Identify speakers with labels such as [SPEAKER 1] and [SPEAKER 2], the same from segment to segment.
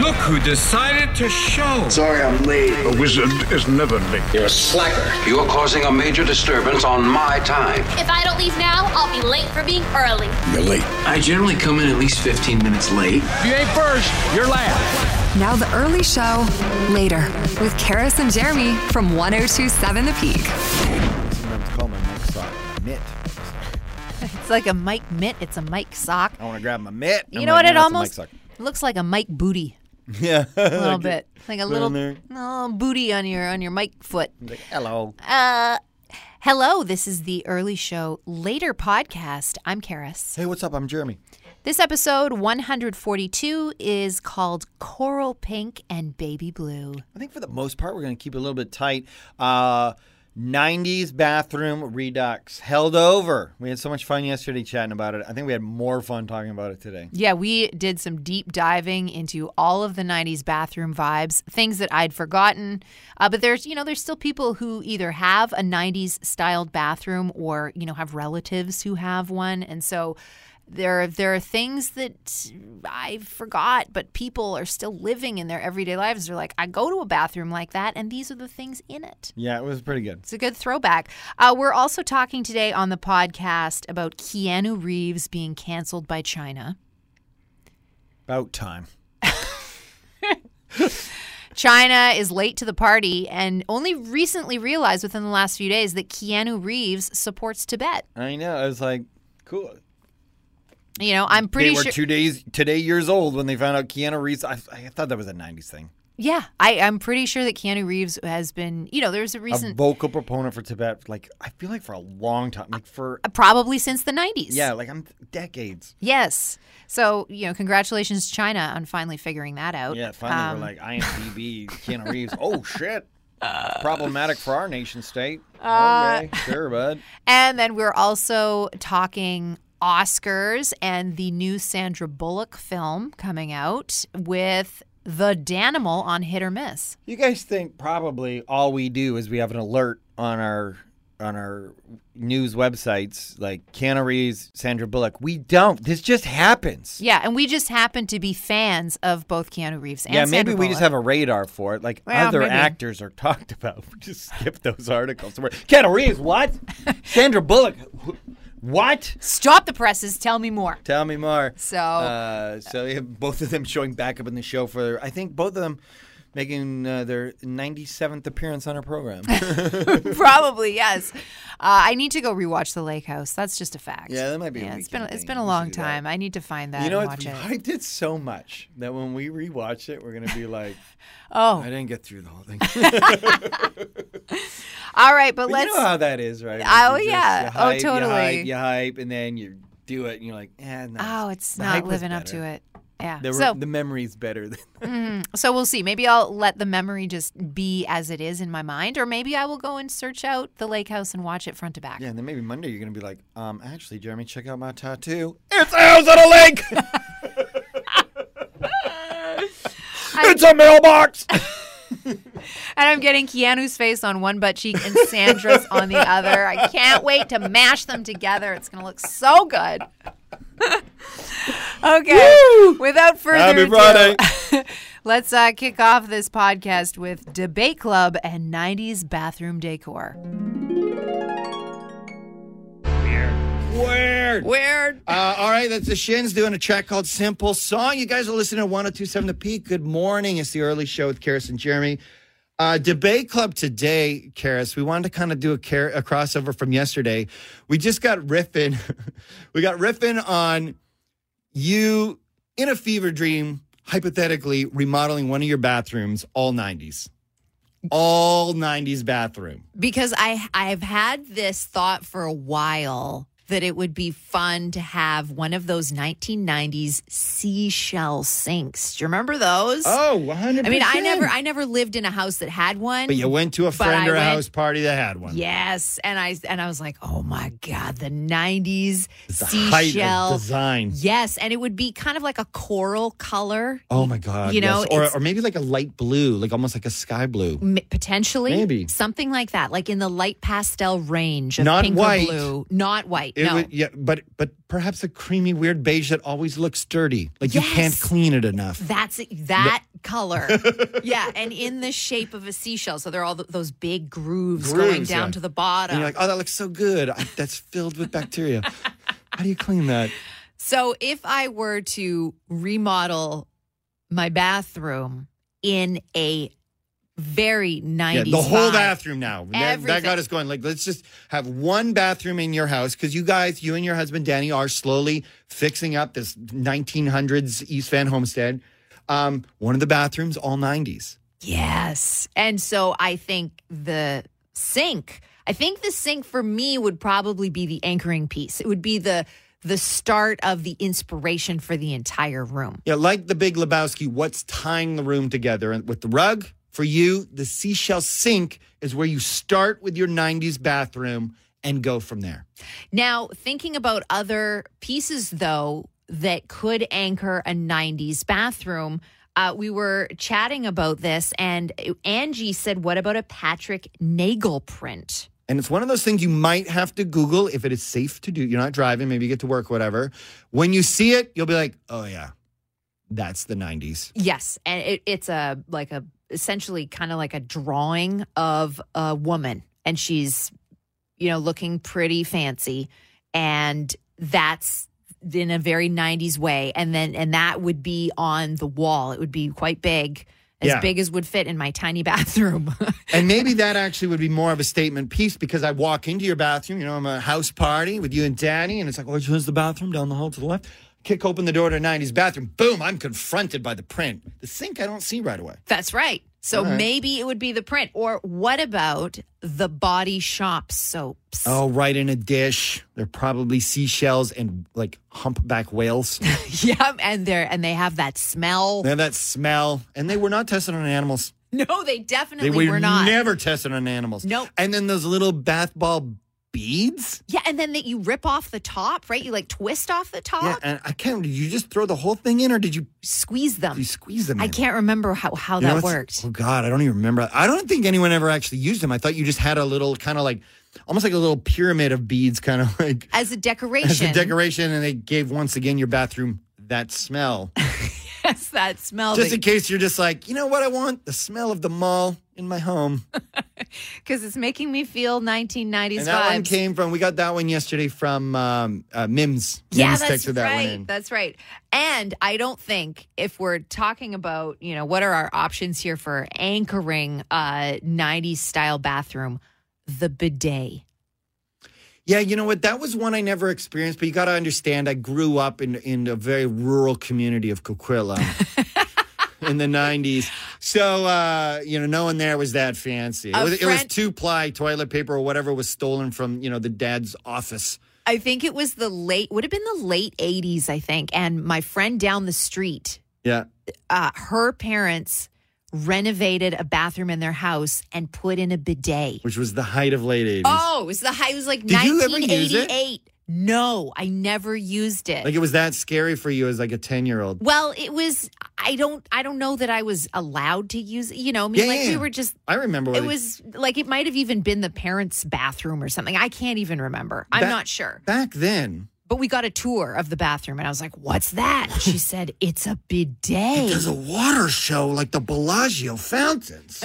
[SPEAKER 1] Look who decided to show.
[SPEAKER 2] Sorry I'm late.
[SPEAKER 3] A wizard is never late.
[SPEAKER 2] You're a slacker.
[SPEAKER 4] You're causing a major disturbance on my time.
[SPEAKER 5] If I don't leave now, I'll be late for being early.
[SPEAKER 2] You're late.
[SPEAKER 6] I generally come in at least 15 minutes late.
[SPEAKER 7] If you ain't first, you're last.
[SPEAKER 8] Now the early show later with Karis and Jeremy from 1027 The Peak.
[SPEAKER 9] Sometimes call my mic sock my mitt.
[SPEAKER 10] It's like a Mike mitt. It's a Mike sock.
[SPEAKER 9] I want to grab my mitt.
[SPEAKER 10] You
[SPEAKER 9] I'm
[SPEAKER 10] know
[SPEAKER 9] like,
[SPEAKER 10] what? It
[SPEAKER 9] "No, it's a mic
[SPEAKER 10] almost
[SPEAKER 9] sock."
[SPEAKER 10] looks like a Mike booty.
[SPEAKER 9] Yeah.
[SPEAKER 10] A little bit, like a
[SPEAKER 9] Put it
[SPEAKER 10] little
[SPEAKER 9] on there.
[SPEAKER 10] oh, booty on your on your Mike foot.
[SPEAKER 9] Like, Hello.
[SPEAKER 10] Uh, hello. This is the early show later podcast. I'm Karis.
[SPEAKER 9] Hey, what's up? I'm Jeremy.
[SPEAKER 10] This episode 142 is called Coral Pink and Baby Blue.
[SPEAKER 9] I think for the most part, we're going to keep it a little bit tight. Uh, 90s bathroom redux held over. We had so much fun yesterday chatting about it. I think we had more fun talking about it today.
[SPEAKER 10] Yeah, we did some deep diving into all of the 90s bathroom vibes, things that I'd forgotten. Uh, but there's, you know, there's still people who either have a 90s styled bathroom or, you know, have relatives who have one. And so there are, there are things that I forgot, but people are still living in their everyday lives. They're like, I go to a bathroom like that, and these are the things in it.
[SPEAKER 9] Yeah, it was pretty good.
[SPEAKER 10] It's a good throwback. Uh, we're also talking today on the podcast about Keanu Reeves being canceled by China.
[SPEAKER 9] About time.
[SPEAKER 10] China is late to the party and only recently realized within the last few days that Keanu Reeves supports Tibet.
[SPEAKER 9] I know. I was like, cool.
[SPEAKER 10] You know, I'm pretty
[SPEAKER 9] they were
[SPEAKER 10] sure.
[SPEAKER 9] two days today years old when they found out Keanu Reeves. I, I thought that was a '90s thing.
[SPEAKER 10] yeah, I, I'm pretty sure that Keanu Reeves has been, you know, there's a
[SPEAKER 9] A
[SPEAKER 10] recent,
[SPEAKER 9] vocal proponent for Tibet, like I feel like for a long time, like for
[SPEAKER 10] probably since the 90s.
[SPEAKER 9] yeah, like I'm decades.
[SPEAKER 10] Yes. So, you know, congratulations, China, on finally figuring that out.
[SPEAKER 9] Yeah, finally we're
[SPEAKER 10] Um.
[SPEAKER 9] like IMDb, Keanu Reeves. Oh shit, problematic for our nation state.
[SPEAKER 10] Uh,
[SPEAKER 9] okay, sure, bud.
[SPEAKER 10] And then we're also talking Oscars and the new Sandra Bullock film coming out with The Danimal on Hit or Miss.
[SPEAKER 9] You guys think probably all we do is we have an alert on our on our news websites like Keanu Reeves, Sandra Bullock. We don't. This just happens.
[SPEAKER 10] Yeah, and we just happen to be fans of both Keanu Reeves and
[SPEAKER 9] yeah,
[SPEAKER 10] Sandra
[SPEAKER 9] maybe we just
[SPEAKER 10] Bullock.
[SPEAKER 9] have a radar for it. Like
[SPEAKER 10] Well,
[SPEAKER 9] other
[SPEAKER 10] maybe.
[SPEAKER 9] actors are talked about. We just skip those articles. We're, Keanu Reeves, what? Sandra Bullock, wh- what?
[SPEAKER 10] Stop the presses, tell me more.
[SPEAKER 9] Tell me more.
[SPEAKER 10] So-
[SPEAKER 9] uh, so yeah, both of them showing back up in the show for I think both of them making uh, their 97th appearance on our program.
[SPEAKER 10] Probably, yes. Uh, I need to go rewatch The Lake House. That's just a fact.
[SPEAKER 9] Yeah, that might be a
[SPEAKER 10] it's been
[SPEAKER 9] weekend
[SPEAKER 10] it's
[SPEAKER 9] thing.
[SPEAKER 10] been a
[SPEAKER 9] We should
[SPEAKER 10] long
[SPEAKER 9] do that.
[SPEAKER 10] time. I need to find that
[SPEAKER 9] you know,
[SPEAKER 10] and
[SPEAKER 9] it's,
[SPEAKER 10] watch
[SPEAKER 9] we
[SPEAKER 10] it.
[SPEAKER 9] hyped it so much that when we rewatch it, we're gonna be like,
[SPEAKER 10] Oh.
[SPEAKER 9] I didn't get through the whole thing."
[SPEAKER 10] All right, but
[SPEAKER 9] But
[SPEAKER 10] let's
[SPEAKER 9] you know uh, how that is, right?
[SPEAKER 10] Oh,
[SPEAKER 9] Like, you
[SPEAKER 10] yeah.
[SPEAKER 9] you
[SPEAKER 10] Oh,
[SPEAKER 9] hype, you hype,
[SPEAKER 10] totally.
[SPEAKER 9] You hype, and then you do it, and you're like, eh, no.
[SPEAKER 10] Oh, it's
[SPEAKER 9] the
[SPEAKER 10] not
[SPEAKER 9] hype was
[SPEAKER 10] living up
[SPEAKER 9] better.
[SPEAKER 10] to it. Yeah.
[SPEAKER 9] The,
[SPEAKER 10] so
[SPEAKER 9] the memory's better. Than
[SPEAKER 10] So we'll see. Maybe I'll let the memory just be as it is in my mind, or maybe I will go and search out the lake house and watch it front to back.
[SPEAKER 9] yeah, and then maybe Monday you're gonna be like, um, actually, Jeremy, check out my tattoo. It's arrows on a lake. it's a mailbox.
[SPEAKER 10] And I'm getting Keanu's face on one butt cheek and Sandra's on the other. I can't wait to mash them together. It's going to look so good. okay. Without further
[SPEAKER 9] Happy
[SPEAKER 10] ado,
[SPEAKER 9] Friday.
[SPEAKER 10] let's uh, kick off this podcast with Debate Club and 90s bathroom decor.
[SPEAKER 9] Weird.
[SPEAKER 10] Weird.
[SPEAKER 9] Uh, all right, that's the Shins doing a track called Simple Song. You guys are listening to 1027 The Peak. Good morning. It's the early show with Karis and Jeremy. Uh, debate club today, Karis. We wanted to kind of do a, car- a crossover from yesterday. We just got riffing. we got riffing on you in a fever dream, hypothetically remodeling one of your bathrooms, all 90s. All 90s bathroom.
[SPEAKER 11] because I I've had this thought for a while that it would be fun to have one of those 1990s seashell sinks. Do you remember those?
[SPEAKER 9] Oh, 100
[SPEAKER 11] I mean, I never I never lived in a house that had one.
[SPEAKER 9] But you went to a friend
[SPEAKER 11] I
[SPEAKER 9] or a
[SPEAKER 11] went-
[SPEAKER 9] house party that had one.
[SPEAKER 11] Yes, and I and I was like, "Oh my god, the 90s
[SPEAKER 9] height of
[SPEAKER 11] seashell."
[SPEAKER 9] design.
[SPEAKER 11] Yes, and it would be kind of like a coral color.
[SPEAKER 9] Oh my god!
[SPEAKER 11] You know,
[SPEAKER 9] yes. or
[SPEAKER 11] it's-
[SPEAKER 9] or maybe like a light blue, like almost like a sky blue.
[SPEAKER 11] M- potentially
[SPEAKER 9] Maybe.
[SPEAKER 11] something like that like in the light pastel range of
[SPEAKER 9] Not
[SPEAKER 11] pink
[SPEAKER 9] white.
[SPEAKER 11] or blue not white
[SPEAKER 9] It
[SPEAKER 11] no
[SPEAKER 9] would- yeah, but but perhaps a creamy, weird beige that always looks dirty, like you can't
[SPEAKER 11] Yes.
[SPEAKER 9] clean it enough.
[SPEAKER 11] That's that
[SPEAKER 10] color. yeah, and in the shape of a seashell. So there are all th- those big grooves, going
[SPEAKER 9] Grooves,
[SPEAKER 10] down
[SPEAKER 9] yeah.
[SPEAKER 10] to the bottom.
[SPEAKER 9] And you're like, oh, that looks so good. I, that's filled with bacteria. How do you clean that?
[SPEAKER 10] So if I were to remodel my bathroom in a very 90s
[SPEAKER 9] Yeah, the whole
[SPEAKER 10] vibe-
[SPEAKER 9] bathroom now. And That, that got
[SPEAKER 10] Everything.
[SPEAKER 9] us going. Like, let's just have one bathroom in your house because you guys, you and your husband Danny, are slowly fixing up this 1900s East Van homestead. Um, one of the bathrooms, all 90s.
[SPEAKER 10] Yes. And so I think the sink, I think the sink for me would probably be the anchoring piece. It would be the the start of the inspiration for the entire room.
[SPEAKER 9] Yeah, like the Big Lebowski. What's tying the room together? And with the rug for you, the seashell sink is where you start with your 90s bathroom and go from there.
[SPEAKER 10] Now, thinking about other pieces though that could anchor a 90s bathroom, uh, we were chatting about this and Angie said, What about a Patrick Nagel print?
[SPEAKER 9] And it's one of those things you might have to Google if it is safe to do. You're not driving, maybe you get to work, whatever. When you see it, you'll be like, oh, yeah, that's the 90s.
[SPEAKER 10] Yes, and it, it's a like a essentially kind of like a drawing of a woman, and she's you know looking pretty fancy, and that's in a very '90s way, and then and that would be on the wall. It would be quite big, as
[SPEAKER 9] Yeah.
[SPEAKER 10] big as would fit in my tiny bathroom.
[SPEAKER 9] And maybe that actually would be more of a statement piece because I walk into your bathroom, you know, I'm at a house party with you and Danny, and it's like, oh, where's the bathroom down the hall to the left? Kick open the door to a 90s bathroom. Boom, I'm confronted by the print. The sink I don't see right away.
[SPEAKER 10] that's right. So maybe it would be the print, or what about the Body Shop soaps?
[SPEAKER 9] Oh, right in a dish. They're probably seashells and like humpback whales.
[SPEAKER 10] yeah, and they're and they have that smell.
[SPEAKER 9] they have that smell, and they were not tested on animals.
[SPEAKER 10] No, they definitely
[SPEAKER 9] They were,
[SPEAKER 10] were not.
[SPEAKER 9] never tested on animals.
[SPEAKER 10] Nope.
[SPEAKER 9] And then those little bath ball beads.
[SPEAKER 10] yeah, and then that you rip off the top, right? You like twist off the top,
[SPEAKER 9] Yeah, and I can't. Did you just throw the whole thing in, or did you
[SPEAKER 10] squeeze
[SPEAKER 9] did
[SPEAKER 10] them.
[SPEAKER 9] you squeeze them?
[SPEAKER 10] I
[SPEAKER 9] in?
[SPEAKER 10] can't remember how how
[SPEAKER 9] You know,
[SPEAKER 10] that
[SPEAKER 9] it's-
[SPEAKER 10] worked.
[SPEAKER 9] Oh God, I don't even remember. I don't think anyone ever actually used them. I thought you just had a little kind of like, almost like a little pyramid of beads, kind of like
[SPEAKER 10] As a decoration,
[SPEAKER 9] as a decoration, and they gave once again your bathroom that smell,
[SPEAKER 10] Oh, Yes, that smell
[SPEAKER 9] just in case you're just like, you know what I want? The smell of the mall in my home.
[SPEAKER 10] because it's making me feel 1990s
[SPEAKER 9] And that one
[SPEAKER 10] vibes.
[SPEAKER 9] came from, we got that one yesterday from um, uh, Mims.
[SPEAKER 10] yeah,
[SPEAKER 9] Mims
[SPEAKER 10] that's
[SPEAKER 9] texted that one
[SPEAKER 10] right.
[SPEAKER 9] in.
[SPEAKER 10] that's right. And I don't think if we're talking about you know what are our options here for anchoring uh 90s style bathroom, the bidet.
[SPEAKER 9] Yeah, you know what? That was one I never experienced, but you got to understand, I grew up in, in a very rural community of Coquitlam in the 90s. So, uh, you know, no one there was that fancy. It
[SPEAKER 10] A
[SPEAKER 9] was, it was
[SPEAKER 10] friend-
[SPEAKER 9] two ply toilet paper or whatever was stolen from, you know, the dad's office.
[SPEAKER 10] I think it was the late would have been the late eighties, I think. And my friend down the street,
[SPEAKER 9] Yeah.
[SPEAKER 10] uh, her parents renovated a bathroom in their house and put in a bidet.
[SPEAKER 9] Which was the height of late 80s.
[SPEAKER 10] Oh, it was the high. It was like
[SPEAKER 9] Did you ever
[SPEAKER 10] nineteen
[SPEAKER 9] use it?
[SPEAKER 10] eighty-eight. No, I never used it.
[SPEAKER 9] Like it was that scary for you as like a 10 year old.
[SPEAKER 10] well, it was. I don't. I don't know that I was allowed to use. it. You know, I mean,
[SPEAKER 9] Yeah,
[SPEAKER 10] like
[SPEAKER 9] yeah,
[SPEAKER 10] we
[SPEAKER 9] yeah.
[SPEAKER 10] were just.
[SPEAKER 9] I remember what
[SPEAKER 10] It was like it might have even been the parents' bathroom or something. I can't even remember. I'm
[SPEAKER 9] That-
[SPEAKER 10] not sure.
[SPEAKER 9] Back then,
[SPEAKER 10] But we got a tour of the bathroom, and I was like, "What's that?" And She said, "It's a bidet."
[SPEAKER 9] There's a water show like the Bellagio fountains.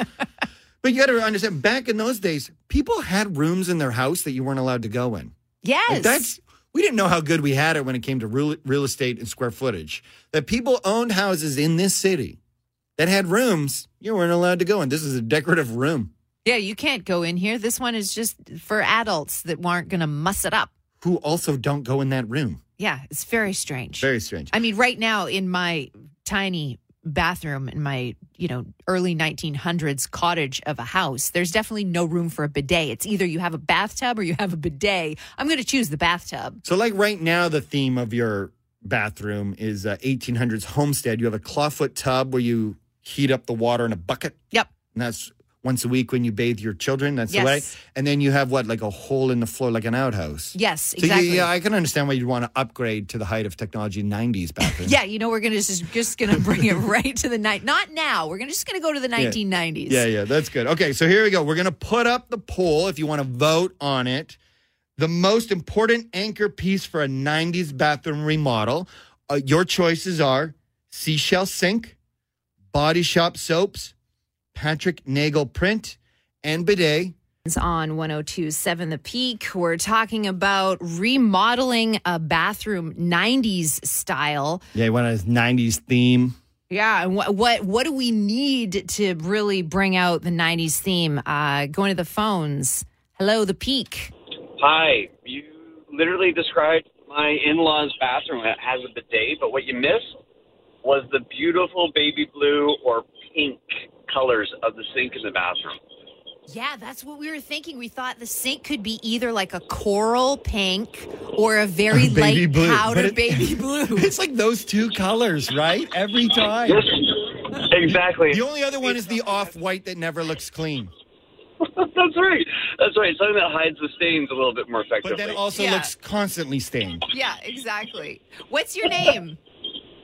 [SPEAKER 9] but you got to understand, back in those days, people had rooms in their house that you weren't allowed to go in.
[SPEAKER 10] yes,
[SPEAKER 9] Like, that's we didn't know how good we had it when it came to real, real estate and square footage. That people owned houses in this city that had rooms you weren't allowed to go in. This is a decorative room.
[SPEAKER 10] yeah. You can't go in here. This one is just for adults that aren't going to muss it up.
[SPEAKER 9] Who also don't go in that room?
[SPEAKER 10] Yeah, it's very strange.
[SPEAKER 9] Very strange.
[SPEAKER 10] I mean, right now in my tiny bathroom in my you know early 1900s cottage of a house, there's definitely no room for a bidet. It's either you have a bathtub or you have a bidet. I'm going to choose the bathtub.
[SPEAKER 9] So, like right now, the theme of your bathroom is uh, 1800s homestead. You have a clawfoot tub where you heat up the water in a bucket.
[SPEAKER 10] Yep.
[SPEAKER 9] And that's once a week when you bathe your children. That's the way.
[SPEAKER 10] Yes.
[SPEAKER 9] And then you have what, like a hole in the floor, like an outhouse.
[SPEAKER 10] Yes,
[SPEAKER 9] So
[SPEAKER 10] exactly.
[SPEAKER 9] you, yeah, I can understand why you'd want to upgrade to the height of technology '90s bathroom.
[SPEAKER 10] Yeah, you know we're gonna just just gonna bring it right to the night. Not now. We're gonna just gonna go to the 1990s.
[SPEAKER 9] yeah, yeah, that's good. Okay, so here we go. We're gonna put up the poll if you want to vote on it. The most important anchor piece for a '90s bathroom remodel. Uh, your choices are seashell sink, Body Shop Soaps, Patrick Nagel Print, and Bidet.
[SPEAKER 10] It's on 1027 The Peak. We're talking about remodeling a bathroom 90s style.
[SPEAKER 9] Yeah, you want a 90s theme.
[SPEAKER 10] Yeah, and what what what do we need to really bring out the 90s theme? Uh going to the phones. Hello, The Peak.
[SPEAKER 3] Hi, you literally described my in-laws' bathroom that has a bidet, but what you missed was the beautiful baby blue or pink colors of the sink in the bathroom.
[SPEAKER 10] Yeah, that's what we were thinking. We thought the sink could be either like a coral pink or a very
[SPEAKER 9] Baby
[SPEAKER 10] light
[SPEAKER 9] blue.
[SPEAKER 10] powder
[SPEAKER 9] But it-
[SPEAKER 10] baby blue.
[SPEAKER 9] It's like those two colors, right? Every time.
[SPEAKER 3] Yes, exactly.
[SPEAKER 9] The only other one is the off white that never looks clean,
[SPEAKER 3] That's right. That's right. Something that hides the stains a little bit more
[SPEAKER 9] but
[SPEAKER 3] effectively.
[SPEAKER 9] then also
[SPEAKER 10] Yeah.
[SPEAKER 9] looks constantly stained.
[SPEAKER 10] yeah, exactly. What's your name?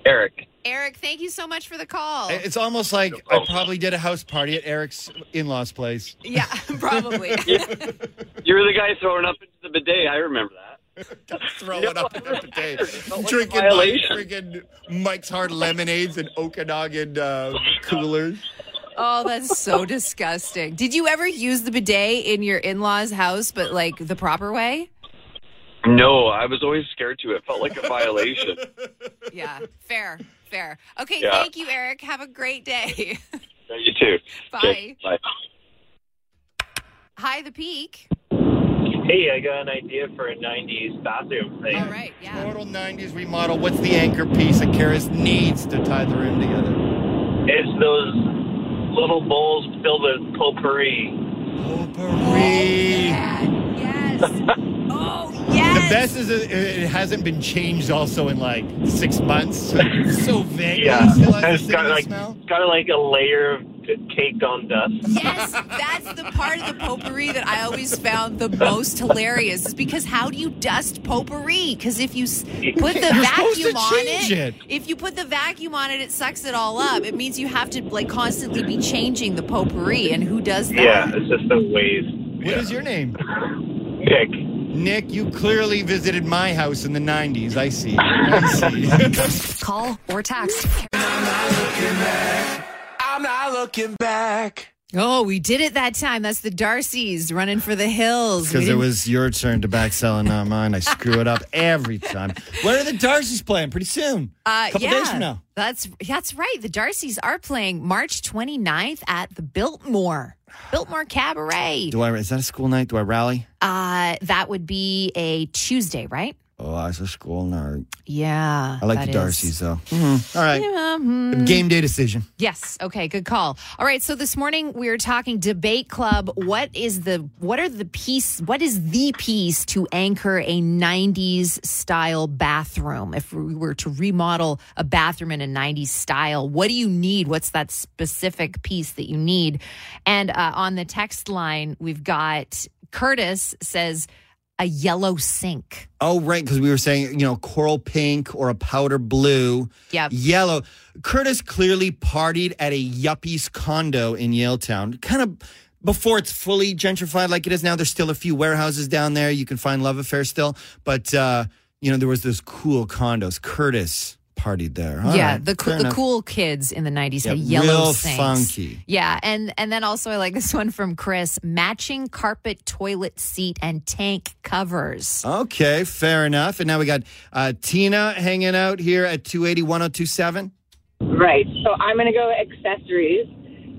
[SPEAKER 3] Eric.
[SPEAKER 10] Eric, thank you so much for the call.
[SPEAKER 9] It's almost like I probably did a house party at Eric's in law's place.
[SPEAKER 10] yeah, probably.
[SPEAKER 3] You were the guy throwing up into the bidet. I remember that.
[SPEAKER 9] throwing up at the day. Drinking like
[SPEAKER 3] violation.
[SPEAKER 9] freaking Mike's Hard Lemonades and Okanagan uh, coolers.
[SPEAKER 10] oh, that's so disgusting. Did you ever use the bidet in your in-laws' house, but like the proper way?
[SPEAKER 3] No, I was always scared to. It felt like a violation.
[SPEAKER 10] Yeah, fair, fair. Okay,
[SPEAKER 3] Yeah.
[SPEAKER 10] thank you, Eric. Have a great day.
[SPEAKER 3] Yeah, you too.
[SPEAKER 10] Bye.
[SPEAKER 3] Bye.
[SPEAKER 10] Hi, the peak.
[SPEAKER 3] Hey, I got an idea for a '90s bathroom thing.
[SPEAKER 10] All right, yeah.
[SPEAKER 9] Total 90s remodel. What's the anchor piece that Karis needs to tie the room together?
[SPEAKER 3] It's those little bowls filled with potpourri.
[SPEAKER 9] Potpourri.
[SPEAKER 10] Man, yes. Oh,
[SPEAKER 9] The
[SPEAKER 10] yes.
[SPEAKER 9] best is it, it hasn't been changed also in like six months. So, it's so vague.
[SPEAKER 3] Yeah,
[SPEAKER 9] It still has the
[SPEAKER 3] it's got
[SPEAKER 9] cinnamon
[SPEAKER 3] like
[SPEAKER 9] smell.
[SPEAKER 3] got like a layer of caked on dust.
[SPEAKER 10] Yes, that's the part of the potpourri that I always found the most hilarious. Is because how do you dust potpourri? Because if you s- put the
[SPEAKER 9] You're supposed
[SPEAKER 10] vacuum
[SPEAKER 9] to
[SPEAKER 10] on
[SPEAKER 9] change
[SPEAKER 10] it,
[SPEAKER 9] it.
[SPEAKER 10] if you put the vacuum on it, it sucks it all up. It means you have to like constantly be changing the potpourri, and who does that?
[SPEAKER 3] Yeah, it's just a waste.
[SPEAKER 9] What is your name?
[SPEAKER 3] Nick.
[SPEAKER 9] Nick, you clearly visited my house in the 90s. I see. I see.
[SPEAKER 8] Call or text
[SPEAKER 7] I'm not looking back.
[SPEAKER 10] Oh, we did it that time. That's the Darcy's running for the hills. We
[SPEAKER 9] Because it
[SPEAKER 10] didn't-
[SPEAKER 9] was your turn to back sell and not mine. I screw it up every time. When are the Darcy's playing? Pretty soon.
[SPEAKER 10] Uh,
[SPEAKER 9] couple
[SPEAKER 10] yeah,
[SPEAKER 9] days from now.
[SPEAKER 10] That's that's right. The Darcy's are playing March 29th at the Biltmore. Biltmore Cabaret.
[SPEAKER 9] Do I? Is that a school night? Do I rally?
[SPEAKER 10] Uh, that would be a Tuesday, right?
[SPEAKER 9] Oh, that's a school night.
[SPEAKER 10] Yeah.
[SPEAKER 9] I like
[SPEAKER 10] that
[SPEAKER 9] the
[SPEAKER 10] is.
[SPEAKER 9] Darcy's though. Mm-hmm. All right.
[SPEAKER 10] Yeah, mhm.
[SPEAKER 9] Game day decision.
[SPEAKER 10] Yes. Okay. Good call. All right. So this morning we are talking debate club. What is the what are the piece? What is the piece to anchor a '90s style bathroom? If we were to remodel a bathroom in a '90s style, what do you need? What's that specific piece that you need? And uh, on the text line, we've got Curtis says a yellow sink.
[SPEAKER 9] Oh, right. Because we were saying, you know, coral pink or a powder blue,
[SPEAKER 10] Yep.
[SPEAKER 9] yellow. Curtis clearly partied at a yuppie's condo in Yale Town. Kind of before it's fully gentrified like it is now. There's still a few warehouses down there. You can find love affair still, but uh, you know there was those cool condos. Curtis partied there. All
[SPEAKER 10] yeah,
[SPEAKER 9] right,
[SPEAKER 10] the
[SPEAKER 9] fair
[SPEAKER 10] cool, the
[SPEAKER 9] enough.
[SPEAKER 10] cool kids in the '90s had
[SPEAKER 9] Yeah,
[SPEAKER 10] yellow
[SPEAKER 9] real
[SPEAKER 10] sinks.
[SPEAKER 9] funky.
[SPEAKER 10] Yeah, and and then also I like this one from Chris: matching carpet, toilet seat, and tank covers.
[SPEAKER 9] Oh, Okay, fair enough. And now we got uh, Tina hanging out here at 280 1027.
[SPEAKER 12] Right. So I'm going to go accessories,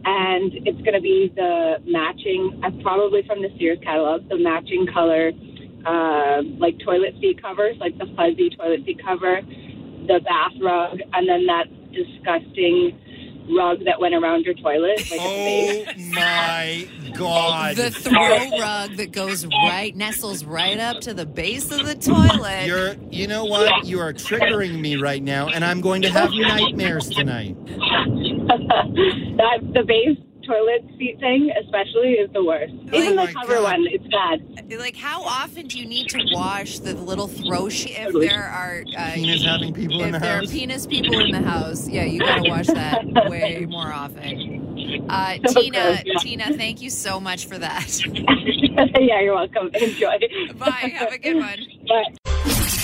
[SPEAKER 12] and it's going to be the matching, uh, probably from the Sears catalog, the matching color, uh, like toilet seat covers, like the fuzzy toilet seat cover, the bath rug, and then that disgusting rug that went around your toilet. Like a big-
[SPEAKER 9] Oh my God.
[SPEAKER 10] The throw rug that goes right nestles right up to the base of the toilet.
[SPEAKER 9] You're, you know what? You are triggering me right now, and I'm going to have nightmares tonight. Oh.
[SPEAKER 12] that the base toilet seat thing, especially, is the worst. Even
[SPEAKER 9] Oh my
[SPEAKER 12] the cover
[SPEAKER 9] God.
[SPEAKER 12] one, it's bad.
[SPEAKER 10] like, how often do you need to wash the little throw? Sh- if there are uh,
[SPEAKER 9] Tina's having people in
[SPEAKER 10] if
[SPEAKER 9] the
[SPEAKER 10] there are
[SPEAKER 9] house.
[SPEAKER 10] penis people in the house, yeah, you gotta wash that way more often. Uh,
[SPEAKER 9] Oh,
[SPEAKER 12] So
[SPEAKER 10] Tina,
[SPEAKER 12] gross.
[SPEAKER 10] Tina, thank you so much for that.
[SPEAKER 12] yeah, you're welcome. Enjoy.
[SPEAKER 10] Bye. Have a good one.
[SPEAKER 12] Bye.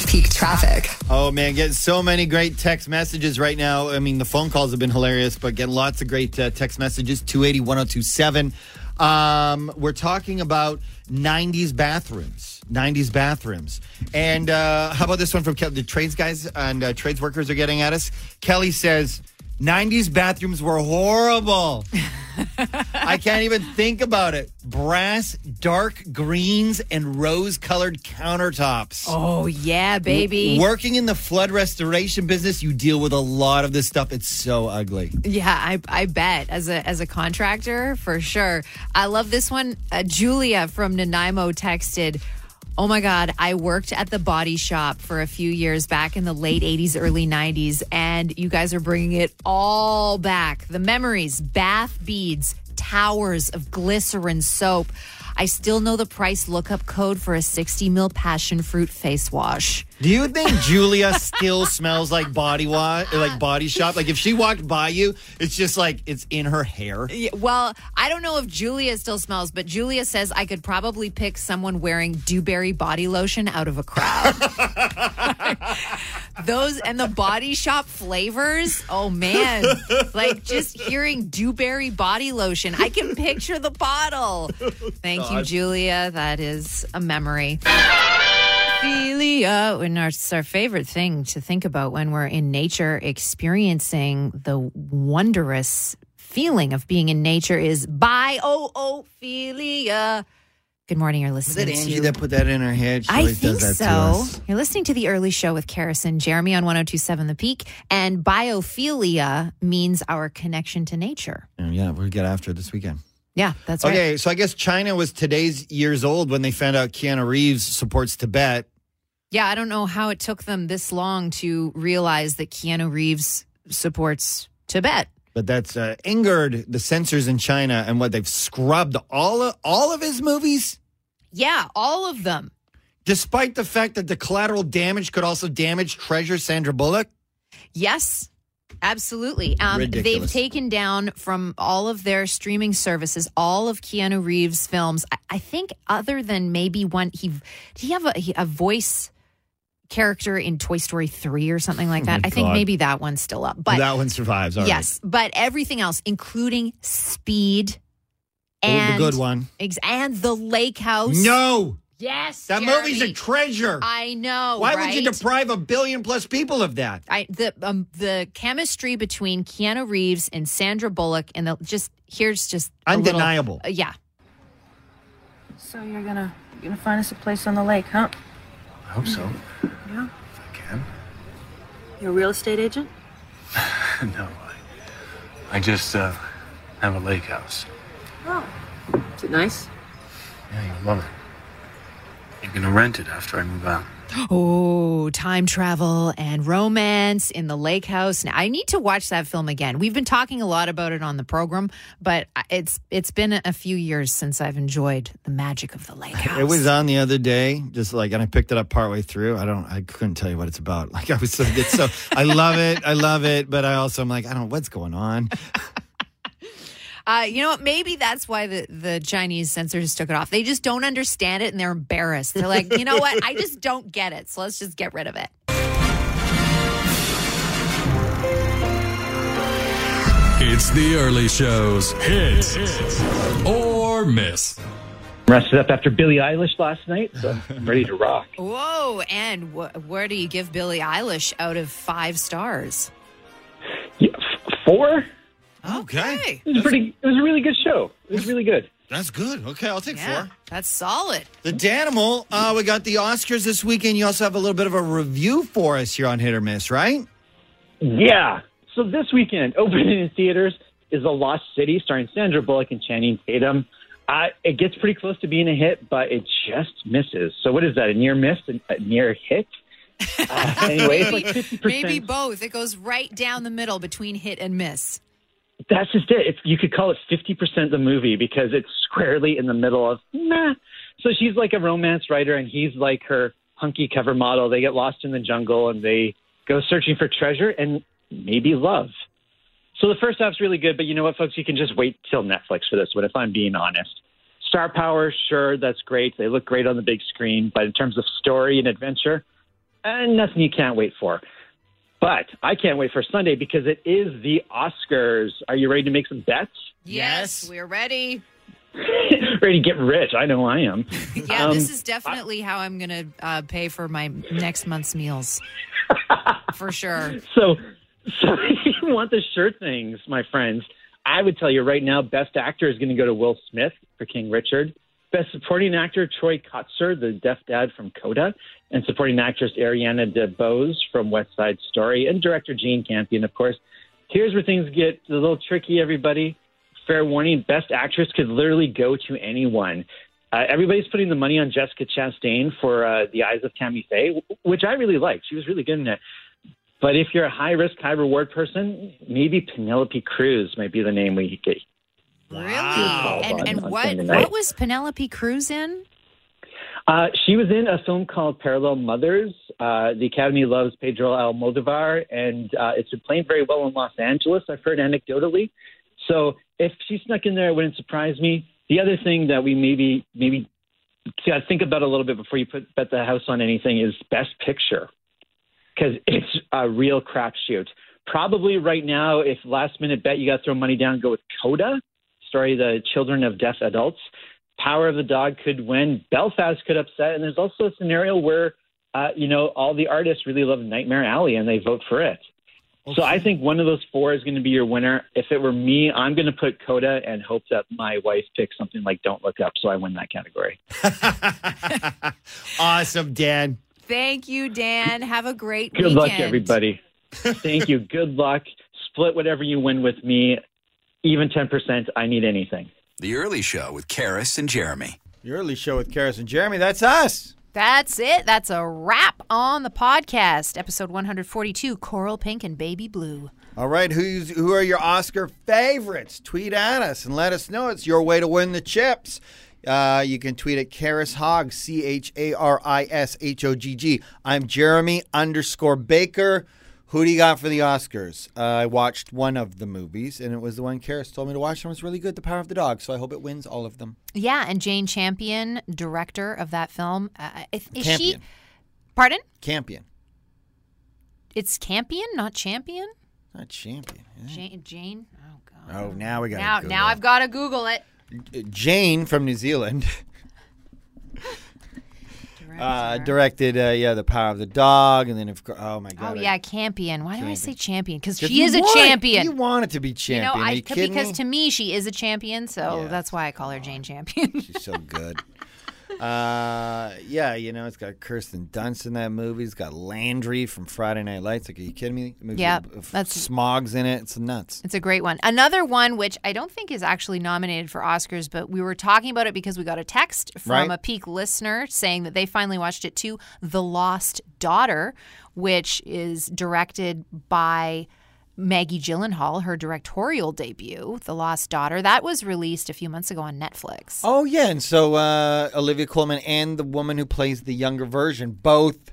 [SPEAKER 8] peak traffic.
[SPEAKER 9] Oh man, getting so many great text messages right now. I mean, the phone calls have been hilarious, but getting lots of great uh, text messages 280 1027. Um, we're talking about 90s bathrooms, 90s bathrooms. And uh, how about this one from Kelly? The trades guys and uh, trades workers are getting at us. Kelly says, 90s bathrooms were horrible. I can't even think about it. Brass, dark greens, and rose colored countertops.
[SPEAKER 10] Oh, yeah, baby.
[SPEAKER 9] W- working in the flood restoration business, you deal with a lot of this stuff. It's so ugly.
[SPEAKER 10] Yeah, I, I bet as a as a contractor for sure. I love this one. Uh, Julia from Nanaimo texted, "Oh my god, I worked at the body shop for a few years back in the late '80s, early '90s, and you guys are bringing it all back. The memories, bath beads, towers of glycerin soap. I still know the price lookup code for a 60 mil passion fruit face wash."
[SPEAKER 9] Do you think Julia still smells like body wash, like body shop? Like if she walked by you, it's just like it's in her hair.
[SPEAKER 10] Yeah, well, I don't know if Julia still smells, but Julia says I could probably pick someone wearing Dewberry body lotion out of a crowd. Those and the body shop flavors. Oh man. Like just hearing Dewberry body lotion. I can picture the bottle. Thank you,
[SPEAKER 13] God.
[SPEAKER 10] Julia. That is a memory. Philia, and our, it's our favorite thing to think about when we're in nature, experiencing the wondrous feeling of being in nature is bioophilia. Good morning, you're listening to.
[SPEAKER 9] put that in her head?
[SPEAKER 10] I think so. You're listening to the early show with Karison Jeremy on 1027 The Peak, and biophilia means our connection to nature.
[SPEAKER 9] Yeah, we'll get after it this weekend.
[SPEAKER 10] Yeah, that's right.
[SPEAKER 9] okay, so I guess China was today's years old when they found out Keanu Reeves supports Tibet.
[SPEAKER 10] Yeah, I don't know how it took them this long to realize that Keanu Reeves supports Tibet.
[SPEAKER 9] But that's uh, angered the censors in China, and what they've scrubbed all of, all of his movies,
[SPEAKER 10] Yeah, all of them.
[SPEAKER 9] despite the fact that the collateral damage could also damage treasure Sandra Bullock.
[SPEAKER 10] Yes, absolutely. Um, they've
[SPEAKER 9] Ridiculous.
[SPEAKER 10] taken down from all of their streaming services all of Keanu Reeves' films. I, I think, other than maybe one, he did he have a, he- a voice character in Toy Story three or something like that.
[SPEAKER 9] Oh my
[SPEAKER 10] I think
[SPEAKER 9] God.
[SPEAKER 10] maybe that one's still up, but
[SPEAKER 9] that one survives. all right.
[SPEAKER 10] yes, but everything else, including Speed
[SPEAKER 9] Oh, the
[SPEAKER 10] and
[SPEAKER 9] good one.
[SPEAKER 10] ex- and the Lake House.
[SPEAKER 9] No,
[SPEAKER 10] Yes,
[SPEAKER 9] that
[SPEAKER 10] Jeremy.
[SPEAKER 9] movie's a treasure.
[SPEAKER 10] I know.
[SPEAKER 9] Why would you
[SPEAKER 10] right?
[SPEAKER 9] deprive a billion plus people of that?
[SPEAKER 10] I the um, the chemistry between Keanu Reeves and Sandra Bullock and the just here's just a little-
[SPEAKER 9] Undeniable.
[SPEAKER 10] uh, yeah.
[SPEAKER 14] So you're gonna you're gonna find us a place on the lake, huh?
[SPEAKER 4] I hope so.
[SPEAKER 14] Yeah.
[SPEAKER 4] If I can.
[SPEAKER 14] You're a real estate agent?
[SPEAKER 4] no, I, I just uh, have a lake house.
[SPEAKER 14] Oh. Is it nice?
[SPEAKER 4] Yeah, you'll love it. You're gonna rent it after I move out.
[SPEAKER 10] Oh, time travel and romance in the lake house. Now, I need to watch that film again. We've been talking a lot about it on the program, but I- it's it's been a few years since I've enjoyed the magic of the lake house.
[SPEAKER 9] It was uh, on the other day, just like, and I picked it up partway through. I don't, I couldn't tell you what it's about. Like, I was so, it's so, I love it, I love it, but I also am like, I don't, know what's going on?
[SPEAKER 10] Uh, you know what? Maybe that's why the, the Chinese censors took it off. They just don't understand it and they're embarrassed. They're like, you know what? I just don't get it. So let's just get rid of it.
[SPEAKER 1] It's the early shows. Hit or miss.
[SPEAKER 15] Rested up after Billie Eilish last night, so I'm ready to rock.
[SPEAKER 10] Whoa. And wh- where do you give Billie Eilish out of five stars?
[SPEAKER 15] Four?
[SPEAKER 9] Okay.
[SPEAKER 15] It was a pretty. It was a really good show. It was really good.
[SPEAKER 9] That's good. Okay, I'll take
[SPEAKER 10] Yeah,
[SPEAKER 9] four.
[SPEAKER 10] that's solid.
[SPEAKER 9] The Danimal, uh, we got the Oscars this weekend. You also have a little bit of a review for us here on Hit or Miss, right?
[SPEAKER 15] Yeah. So this weekend, opening in theaters is The Lost City, starring Sandra Bullock and Channing Tatum. Uh, it gets pretty close to being a hit, but it just misses. So what is that? A near miss? A, a near hit? Uh, anyway, it's like
[SPEAKER 10] maybe,
[SPEAKER 15] fifty
[SPEAKER 10] maybe
[SPEAKER 15] percent.
[SPEAKER 10] both. It goes right down the middle between hit and miss.
[SPEAKER 15] That's just it. It's, you could call it fifty percent the movie because it's squarely in the middle of meh. So she's like a romance writer, and he's like her hunky cover model. They get lost in the jungle, and they go searching for treasure and maybe love. So the first half's really good, but you know what, folks? You can just wait till Netflix for this one, if I'm being honest. Star power, sure, that's great. They look great on the big screen, but in terms of story and adventure, and nothing you can't wait for. But I can't wait for Sunday because it is the Oscars. Are you ready to make some bets?
[SPEAKER 16] Yes, we're ready.
[SPEAKER 15] ready to get rich? I know I am.
[SPEAKER 16] Yeah,
[SPEAKER 15] Um,
[SPEAKER 16] this is definitely how I'm going to uh, pay for my next month's meals. for sure.
[SPEAKER 15] So, so if you want the sure things, my friends. I would tell you right now, Best Actor is going to go to Will Smith for King Richard. Best Supporting Actor, Troy Kotzer, the deaf dad from Coda, and Supporting Actress Ariana DeBose from West Side Story, and Director Gene Campion, of course. Here's where things get a little tricky, everybody. Fair warning, Best Actress could literally go to anyone. Uh, everybody's putting the money on Jessica Chastain for uh, The Eyes of Tammy Faye, w- which I really liked. She was really good in it. But if you're a high risk, high reward person, maybe Penelope Cruz might be the name we get. Wow.
[SPEAKER 10] And, and
[SPEAKER 15] On
[SPEAKER 10] what
[SPEAKER 15] Sunday night.
[SPEAKER 10] what was Penelope Cruz in?
[SPEAKER 15] Uh, she was in a film called Parallel Mothers. Uh, the Academy loves Pedro Almodovar, and uh, it's been playing very well in Los Angeles, I've heard anecdotally. So if she snuck in there, it wouldn't surprise me. The other thing that we maybe maybe gotta think about a little bit before you put bet the house on anything is Best Picture, because it's a real crapshoot. Probably right now, if last minute bet you got to throw money down, go with Coda, story of the children of deaf adults. Power of the Dog could win. Belfast could upset. And there's also a scenario where, uh, you know, all the artists really love Nightmare Alley and they vote for it. So I think one of those four is going to be your winner. If it were me, I'm going to put Coda and hope that my wife picks something like Don't Look Up so I win that category.
[SPEAKER 17] Awesome, Dan.
[SPEAKER 10] Thank you, Dan. Have a great
[SPEAKER 15] Good
[SPEAKER 10] weekend.
[SPEAKER 15] luck, everybody. Thank you. Good luck. Split whatever you win with me, even 10%. I need anything.
[SPEAKER 18] The Early Show with Karis and Jeremy.
[SPEAKER 9] The early show with Karis and Jeremy. That's us.
[SPEAKER 10] That's it. That's a wrap on the podcast, episode 142 Coral Pink and Baby Blue.
[SPEAKER 9] All right, who's who are your Oscar favorites? Tweet at us and let us know. It's your way to win the chips. Uh, you can tweet at Karis Hogg, C H A R I S H O G G. I'm Jeremy underscore Baker. Who do you got for the Oscars? Uh, I watched one of the movies, and it was the one Karis told me to watch, and it was really good, The Power of the Dog. So I hope it wins all of them.
[SPEAKER 10] Yeah, and Jane Champion, director of that film. Uh, is, is she?
[SPEAKER 9] Campion.
[SPEAKER 10] Pardon?
[SPEAKER 9] Campion,
[SPEAKER 10] It's Campion, not Champion?
[SPEAKER 9] not champion.
[SPEAKER 10] Jane? Jane? Oh,
[SPEAKER 9] Oh, now we got
[SPEAKER 10] now, now I've got to Google it.
[SPEAKER 9] Jane from New Zealand. Uh, directed, uh, yeah, The Power of the Dog, and then of course, oh my
[SPEAKER 10] Oh,
[SPEAKER 9] god, I-
[SPEAKER 10] yeah, Campion. Why do I say Champion? Because
[SPEAKER 9] 'Cause
[SPEAKER 10] she
[SPEAKER 9] you
[SPEAKER 10] is a
[SPEAKER 9] want it.
[SPEAKER 10] champion.
[SPEAKER 9] You want it to be
[SPEAKER 10] You know,
[SPEAKER 9] champion. Are
[SPEAKER 10] I,
[SPEAKER 9] you
[SPEAKER 10] because
[SPEAKER 9] kidding me?
[SPEAKER 10] to me she is a champion, so that's why I call her Jane Champion.
[SPEAKER 9] She's so good. uh, yeah, you know, it's got Kirsten Dunst in that movie. It's got Landry from Friday Night Lights. Like, are you kidding me? The movie
[SPEAKER 10] Yep,
[SPEAKER 9] with, uh,
[SPEAKER 10] that's-
[SPEAKER 9] smog's in it. It's nuts.
[SPEAKER 10] It's a great one. Another one, which I don't think is actually nominated for Oscars, but we were talking about it because we got a text from
[SPEAKER 9] Right.
[SPEAKER 10] a peak listener saying that they finally watched it too The Lost Daughter, which is directed by Maggie Gyllenhaal, her directorial debut, The Lost Daughter. That was released a few months ago on Netflix.
[SPEAKER 9] Oh yeah, and so uh, Olivia Colman and the woman who plays the younger version both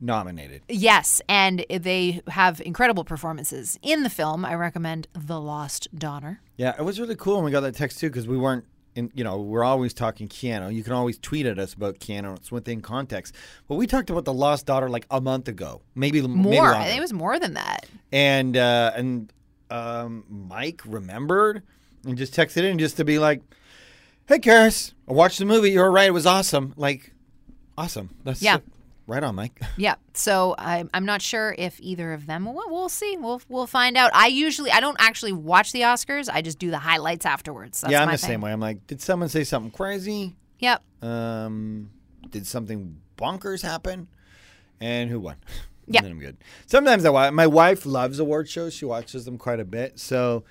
[SPEAKER 9] nominated.
[SPEAKER 10] Yes, and they have incredible performances in the film. I recommend The Lost Daughter.
[SPEAKER 9] Yeah, it was really cool when we got that text too because we weren't. In, you know, we're always talking Keanu. You can always tweet at us about Keanu. It's within context. But we talked about the lost daughter like a month ago, maybe
[SPEAKER 10] More,
[SPEAKER 9] Maybe
[SPEAKER 10] I
[SPEAKER 9] longer.
[SPEAKER 10] think it was more than that.
[SPEAKER 9] and uh, and um, Mike remembered and just texted in just to be like, "Hey, Karis, I watched the movie. You were right. It was awesome. Like, awesome. That's
[SPEAKER 10] Yeah.
[SPEAKER 9] it. right on, Mike.
[SPEAKER 10] Yeah. So I'm, I'm not sure if either of them. We'll, we'll see. We'll we'll find out. I usually I don't actually watch the Oscars. I just do the highlights afterwards. That's
[SPEAKER 9] yeah, I'm
[SPEAKER 10] my
[SPEAKER 9] the
[SPEAKER 10] thing.
[SPEAKER 9] same way. I'm like, did someone say something crazy?
[SPEAKER 10] Yep.
[SPEAKER 9] Um, did something bonkers happen? And who won?
[SPEAKER 10] Yeah.
[SPEAKER 9] then I'm good. Sometimes I watch. My wife loves award shows. She watches them quite a bit. So,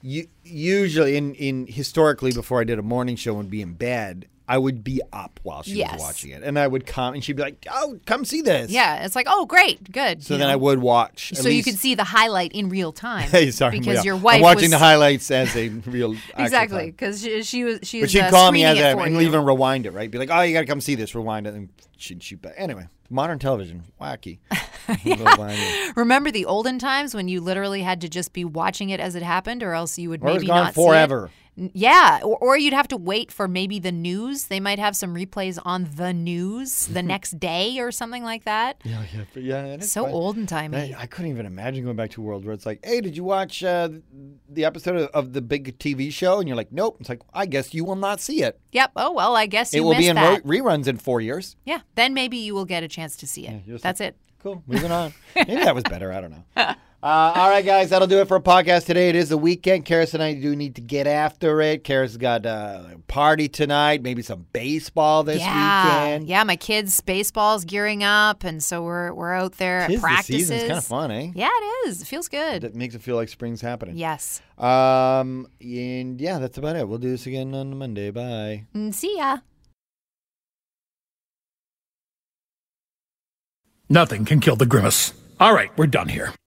[SPEAKER 9] you, usually in in historically before I did a morning show and be in bed, I would be up while she
[SPEAKER 10] Yes.
[SPEAKER 9] was watching it, and I would come and she'd be like, "Oh, come see this."
[SPEAKER 10] Yeah. It's like oh great good.
[SPEAKER 9] So
[SPEAKER 10] you
[SPEAKER 9] then
[SPEAKER 10] know.
[SPEAKER 9] I would watch. at
[SPEAKER 10] So you
[SPEAKER 9] least-
[SPEAKER 10] could see the highlight in real time.
[SPEAKER 9] Hey, sorry,
[SPEAKER 10] Because
[SPEAKER 9] yeah.
[SPEAKER 10] your wife
[SPEAKER 9] I'm watching
[SPEAKER 10] was,
[SPEAKER 9] the highlights as a real actual
[SPEAKER 10] Exactly.
[SPEAKER 9] time.
[SPEAKER 10] Because she, she was she
[SPEAKER 9] But
[SPEAKER 10] was
[SPEAKER 9] she'd
[SPEAKER 10] uh,
[SPEAKER 9] call me
[SPEAKER 10] screening it
[SPEAKER 9] as a,
[SPEAKER 10] for
[SPEAKER 9] and
[SPEAKER 10] you.
[SPEAKER 9] even rewind it, right? Be like, "Oh, you got to come see this." Rewind it, and she'd shoot back. Anyway, modern television, wacky. Rewind it.
[SPEAKER 10] Remember the olden times when you literally had to just be watching it as it happened, or else you would
[SPEAKER 9] Or it was
[SPEAKER 10] maybe
[SPEAKER 9] gone
[SPEAKER 10] not
[SPEAKER 9] forever.
[SPEAKER 10] See N- Yeah, or, or you'd have to wait for maybe the news. They might have some replays on the news the next day or something like that.
[SPEAKER 9] Yeah, yeah, but yeah. that is
[SPEAKER 10] So
[SPEAKER 9] fun.
[SPEAKER 10] olden timey.
[SPEAKER 9] I, I couldn't even imagine going back to a world where it's like, hey, did you watch uh, the episode of, of the big TV show? And you're like, nope. It's like, I guess you will not see it.
[SPEAKER 10] Yep. Oh well, I guess you
[SPEAKER 9] it will
[SPEAKER 10] missed
[SPEAKER 9] be in
[SPEAKER 10] that.
[SPEAKER 9] re- reruns in four years.
[SPEAKER 10] yeah. Then maybe you will get a chance to see it.
[SPEAKER 9] you're just
[SPEAKER 10] That's it.
[SPEAKER 9] Cool. Moving on. Maybe that was better. I don't know. Uh, all right, guys, that'll do it for a podcast today. It is the weekend. Karis and I do need to get after it. Karis has got uh, a party tonight, maybe some baseball this
[SPEAKER 10] yeah.
[SPEAKER 9] weekend.
[SPEAKER 10] Yeah, my kids' baseball's gearing up, and so we're we're out there at
[SPEAKER 9] Tis the
[SPEAKER 10] practices.
[SPEAKER 9] season. It's kinda fun, eh?
[SPEAKER 10] Yeah, it is. It feels good.
[SPEAKER 9] That makes it feel like spring's happening.
[SPEAKER 10] Yes.
[SPEAKER 9] Um, and yeah, that's about it. We'll do this again on Monday. Bye.
[SPEAKER 10] Mm, See ya.
[SPEAKER 1] Nothing can kill the grimace. All right, we're done here.